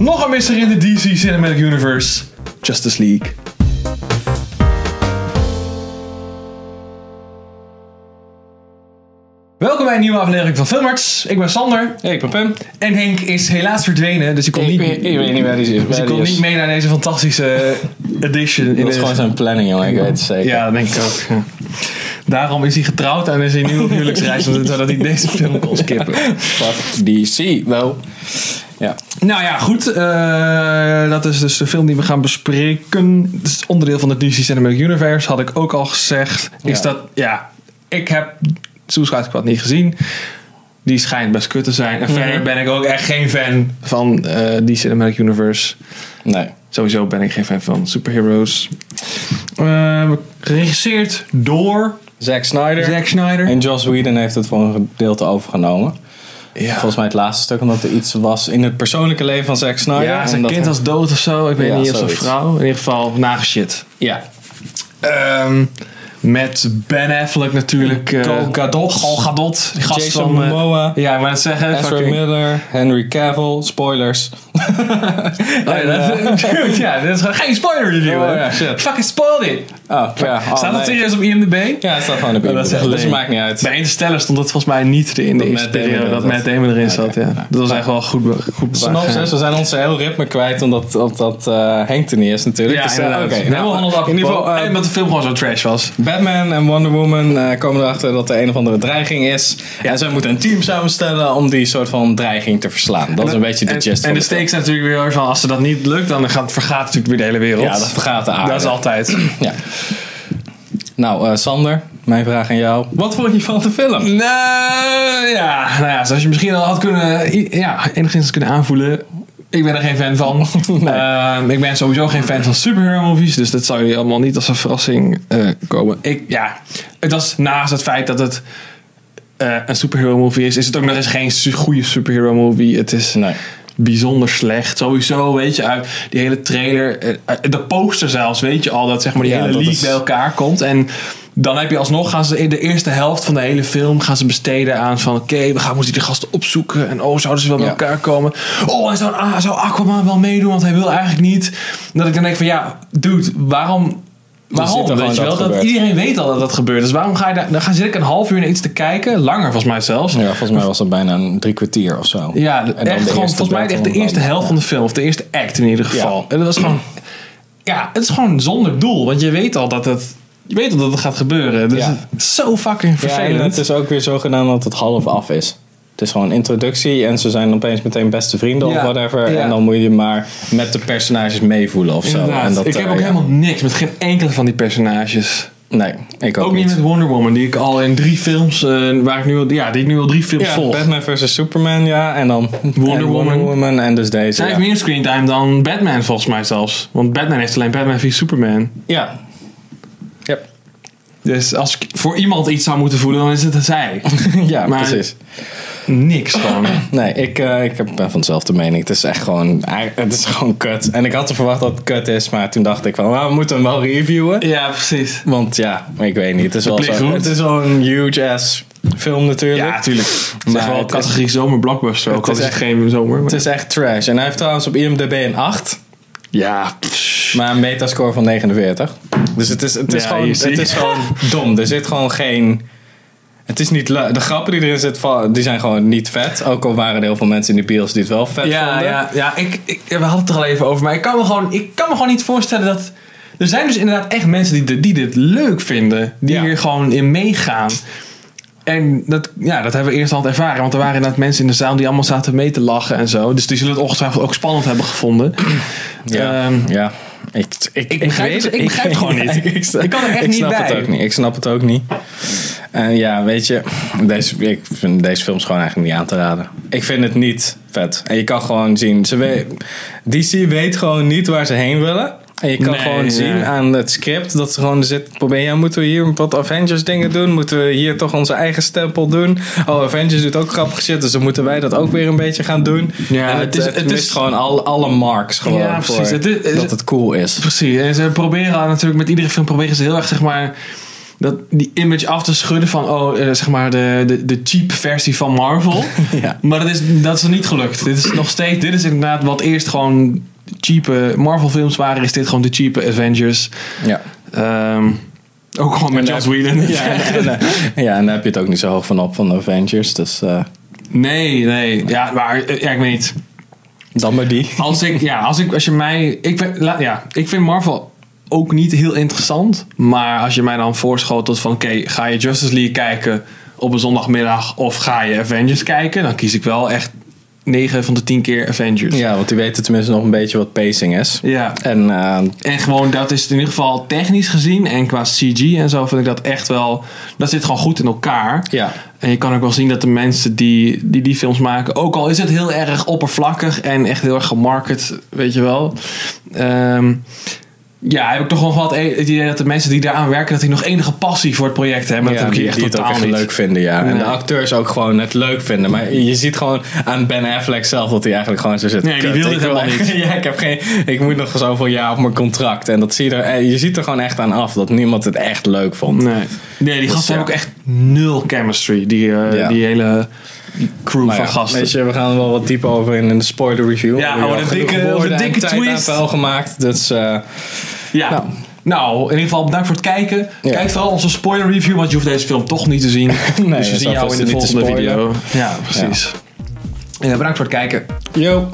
Nog een misser in de DC Cinematic Universe. Justice League. Welkom bij een nieuwe aflevering van Filmarts. Ik ben Sander. Hey, ik ben Pim. En Henk is helaas verdwenen, dus ik kon Ik, niet, weet- ik weet niet waar die is. dus Waar ik die kon is. niet mee naar deze fantastische edition. Dat is gewoon zijn planning, jongen. Ik weet het zeker. Ja, dat denk ik ook. ja. Daarom is hij getrouwd en is hij nu op huwelijksreis, zodat hij deze film kon skippen. Fuck DC, wel. Ja. Nou ja, goed. eh, dat is dus de film die we gaan bespreken. Het is onderdeel van de DC Cinematic Universe, had ik ook al gezegd. Is Ja. dat, ja, ik heb Suicide Squad niet gezien. Die schijnt best kut te zijn. En verder Mhm. ben ik ook echt geen fan van eh die Cinematic Universe. Nee. Sowieso ben ik geen fan van superheroes. Eh, geregisseerd door Zack Snyder. Zack Snyder. En Joss Whedon heeft het voor een gedeelte overgenomen. ja. Volgens mij het laatste stuk, omdat er iets was in het persoonlijke leven van Zack Snyder. ja, zijn Omdat kind hij- was dood of zo. Ik weet Ja, niet of zijn zoiets. vrouw. In ieder geval nageshit. Ja. Ehm, met Ben Affleck natuurlijk. eh, Gal Gadot. Gal Gadot. Die gast Jason van... eh, Momoa. ja, ik wou het zeggen. Ezra fucking- Miller, Henry Cavill, spoilers. Oh, ja, dat, Dude, ja, dit is gewoon geen spoiler review. Oh, hè. ja, shit. Fucking spoiled it. Oh, ja. Oh, Staat dat nee. serieus op IMDb? Ja, het staat gewoon op Oh, dat is IMDb, echt Dus lame. het maakt niet uit. Bij Interstellar stond dat volgens mij niet in de Dat eerste Matt Damon periode erin dat zat. Matt Damon erin zat. Oké, Ja. ja. Dat was echt wel goed, be- goed bewaard. Synopsis, we zijn onze heel ritme kwijt omdat, omdat eh, Henk er niet is natuurlijk. Ja, Dus, eh, inderdaad. oké. Helemaal Nou, handeld in ieder geval, eh, en omdat de film gewoon zo trash was. Batman en Wonder Woman eh, komen erachter dat er een of andere dreiging is. En zij moeten een team samenstellen om die soort van dreiging te verslaan. Dat is een beetje de en, gist En van de het film. stakes zijn natuurlijk weer heel erg van als ze dat niet lukt, dan gaat, vergaat natuurlijk weer de hele wereld. Ja, dat vergaat de aarde. Dat is altijd. Ja. Nou, eh, Sander, mijn vraag aan jou. Wat vond je van de film? Nou ja, nou ja, zoals je misschien al had kunnen, i- ja, enigszins kunnen aanvoelen. Ik ben er geen fan van. Ehm, ik ben sowieso geen fan van superhero movies. Dus dat zou jullie allemaal niet als een verrassing eh, komen. Ik, ja, het was naast het feit dat het eh, een superhero movie is. Is het ook nog eens geen su- goede superhero movie. Het is Nee. bijzonder slecht. Sowieso, weet je, uit die hele trailer, eh, de poster zelfs, weet je al, dat zeg maar die Ja, hele dat leak is- bij elkaar komt. En dan heb je alsnog, gaan ze in de eerste helft van de hele film, gaan ze besteden aan van, oké, we gaan moeten die gasten opzoeken. En oh, zouden ze wel bij Ja. elkaar komen? Oh, en zou, ah, zou Aquaman wel meedoen, want hij wil eigenlijk niet. Dat ik dan denk van, ja, dude, waarom... zit er Waarom, gewoon weet je wel? dat Dat gebeurt. iedereen weet al dat dat gebeurt. Dus waarom ga je daar... Dan ga zit ik een half uur naar iets te kijken. Langer volgens mij zelfs. Ja, volgens mij was dat bijna een drie kwartier of zo. Ja, En dan echt de gewoon, eerste volgens mij echt de battle eerste dan. helft van de film. Of de eerste act in ieder geval. En dat was gewoon... Ja, het is gewoon zonder doel. Want je weet al dat het... Je weet al dat het gaat gebeuren. Dus Ja. het is zo fucking Ja, en vervelend. het is ook weer zo gedaan dat het half af is. Het is gewoon een introductie en ze zijn opeens meteen beste vrienden Ja, of whatever. ja. En dan moet je maar met de personages meevoelen of zo. Inderdaad. En dat, ik heb eh, ook ja. helemaal niks met geen enkele van die personages. Nee, ik ook, Ook niet met Wonder Woman, die ik al in drie films, eh, waar ik nu al, ja, die ik nu al drie films Ja, volg. Batman vs Superman, ja. En dan en Woman. Woman en dus deze. Zij Ja. heeft meer screentime dan Batman volgens mij zelfs. Want Batman heeft alleen Batman v Superman. ja. Yep. Dus als ik voor iemand iets zou moeten voelen, dan is het zij. ja, Maar- precies. niks gewoon. Nee, ik, eh, ik heb- ben van dezelfde mening. Het is echt gewoon, het is gewoon kut. En ik had er verwacht dat het kut is, maar toen dacht ik van, nou, we moeten hem wel reviewen. Ja, precies. Want ja, ik weet niet. Het is, wel plicht zo, roept. het is wel een huge ass film natuurlijk. Ja, tuurlijk. Het is Maar echt wel het is- categorie zomerblockbuster. Ook het al is is het echt- geen zomer. maar- Het is echt trash. En hij heeft trouwens op IMDb een 8, ja, pff. maar een metascore van 49. Dus het is, het is, Ja, gewoon, je ziet. het is gewoon dom. Er zit gewoon geen... Het is niet leuk. De grappen die erin zitten, die zijn gewoon niet vet. Ook al waren er heel veel mensen in de bios die het wel vet ja, vonden. ja, ja ik, ik, we hadden het er al even over. Maar ik kan me gewoon, ik kan me gewoon niet voorstellen dat... Er zijn dus inderdaad echt mensen die, dit- die dit leuk vinden. Die Ja. hier gewoon in meegaan. En dat, ja, dat hebben we eerst al ervaren. Want er waren inderdaad mensen in de zaal die allemaal zaten mee te lachen en zo. Dus die zullen het ongetwijfeld ook spannend hebben gevonden. Ja, Ehm, ja. Ik, ik, ik, begrijp weet het- ik begrijp het gewoon niet. ik, sta- Ik kan er echt ik niet snap bij. Het ook niet. Ik snap het ook niet. En ja, weet je, deze, ik vind deze films gewoon eigenlijk niet aan te raden. Ik vind het niet vet. En je kan gewoon zien, ze we- DC weet gewoon niet waar ze heen willen. En je kan Nee, gewoon nee. zien aan het script dat ze gewoon zitten proberen. Ja, moeten we hier wat Avengers dingen doen? Moeten we hier toch onze eigen stempel doen? Oh, Avengers doet ook grappig shit, dus dan moeten wij dat ook weer een beetje gaan doen. Ja, en het het, is- is, het is- gewoon al, alle marks gewoon Ja, voor precies. Het is- dat het cool is. Precies. En ze proberen natuurlijk met iedere film proberen ze heel erg zeg maar dat, die image af te schudden van oh, eh, zeg maar de, de, de cheap versie van Marvel. Ja. Maar dat is, dat is niet gelukt. Dit is nog steeds, dit is inderdaad wat eerst gewoon cheap eh, Marvel films waren, is dit gewoon de cheap Avengers. Ja. Ehm, ook gewoon met En Joss daar- Whedon. Ja, en, eh, ja, en daar heb je het ook niet zo hoog van op van de Avengers. Dus eh, Nee, nee. Ja, maar eh, ja, ik weet niet. dan maar die. Als ik, ja, als ik, als je mij, ik vind, la- ja, ik vind Marvel ook niet heel interessant. Maar als je mij dan voorschotelt van, oké, ga je Justice League kijken op een zondagmiddag of ga je Avengers kijken, dan kies ik wel echt 9 van de 10 keer Avengers. Ja, want die weten tenminste nog een beetje wat pacing is. Ja. En eh, En gewoon, dat is in ieder geval technisch gezien en qua CG en zo vind ik dat echt wel, dat zit gewoon goed in elkaar. ja, En je kan ook wel zien dat de mensen die die, die films maken, ook al is het heel erg oppervlakkig en echt heel erg gemarket, weet je wel. ehm, ja, heb ik toch wel wat e- het idee dat de mensen die daaraan werken, dat die nog enige passie voor het project hebben. Maar ja, dat heb ik die, hier echt die het ook totaal echt niet. leuk vinden. Ja. En Nee. de acteurs ook gewoon het leuk vinden. Maar je ziet gewoon aan Ben Affleck zelf dat hij eigenlijk gewoon zo zit. Nee, die "Kut, wil dit ik helemaal echt- ja, ik, heb geen, ik moet nog zoveel jaar op mijn contract. En dat zie je, er, eh, je ziet er gewoon echt aan af dat niemand het echt leuk vond. Nee, nee die Dus gasten ja. hebben ook echt nul chemistry, die, eh, Ja. die hele crew Maar van Nou ja, gasten. Weet je, we gaan er wel wat dieper over in, in de spoiler review. Ja, We hebben oh, al een genoeg dikke- woorden een en dikke tijd twist. aan vuil gemaakt. Dus eh, Ja. Nou. Nou. in ieder geval bedankt voor het kijken. Ja. Kijk vooral onze spoiler review, want je hoeft deze film toch niet te zien. dus dat we zien jou hoeft in de niet te volgende spoilen. video. Ja, precies. Eh, bedankt voor het kijken. yo.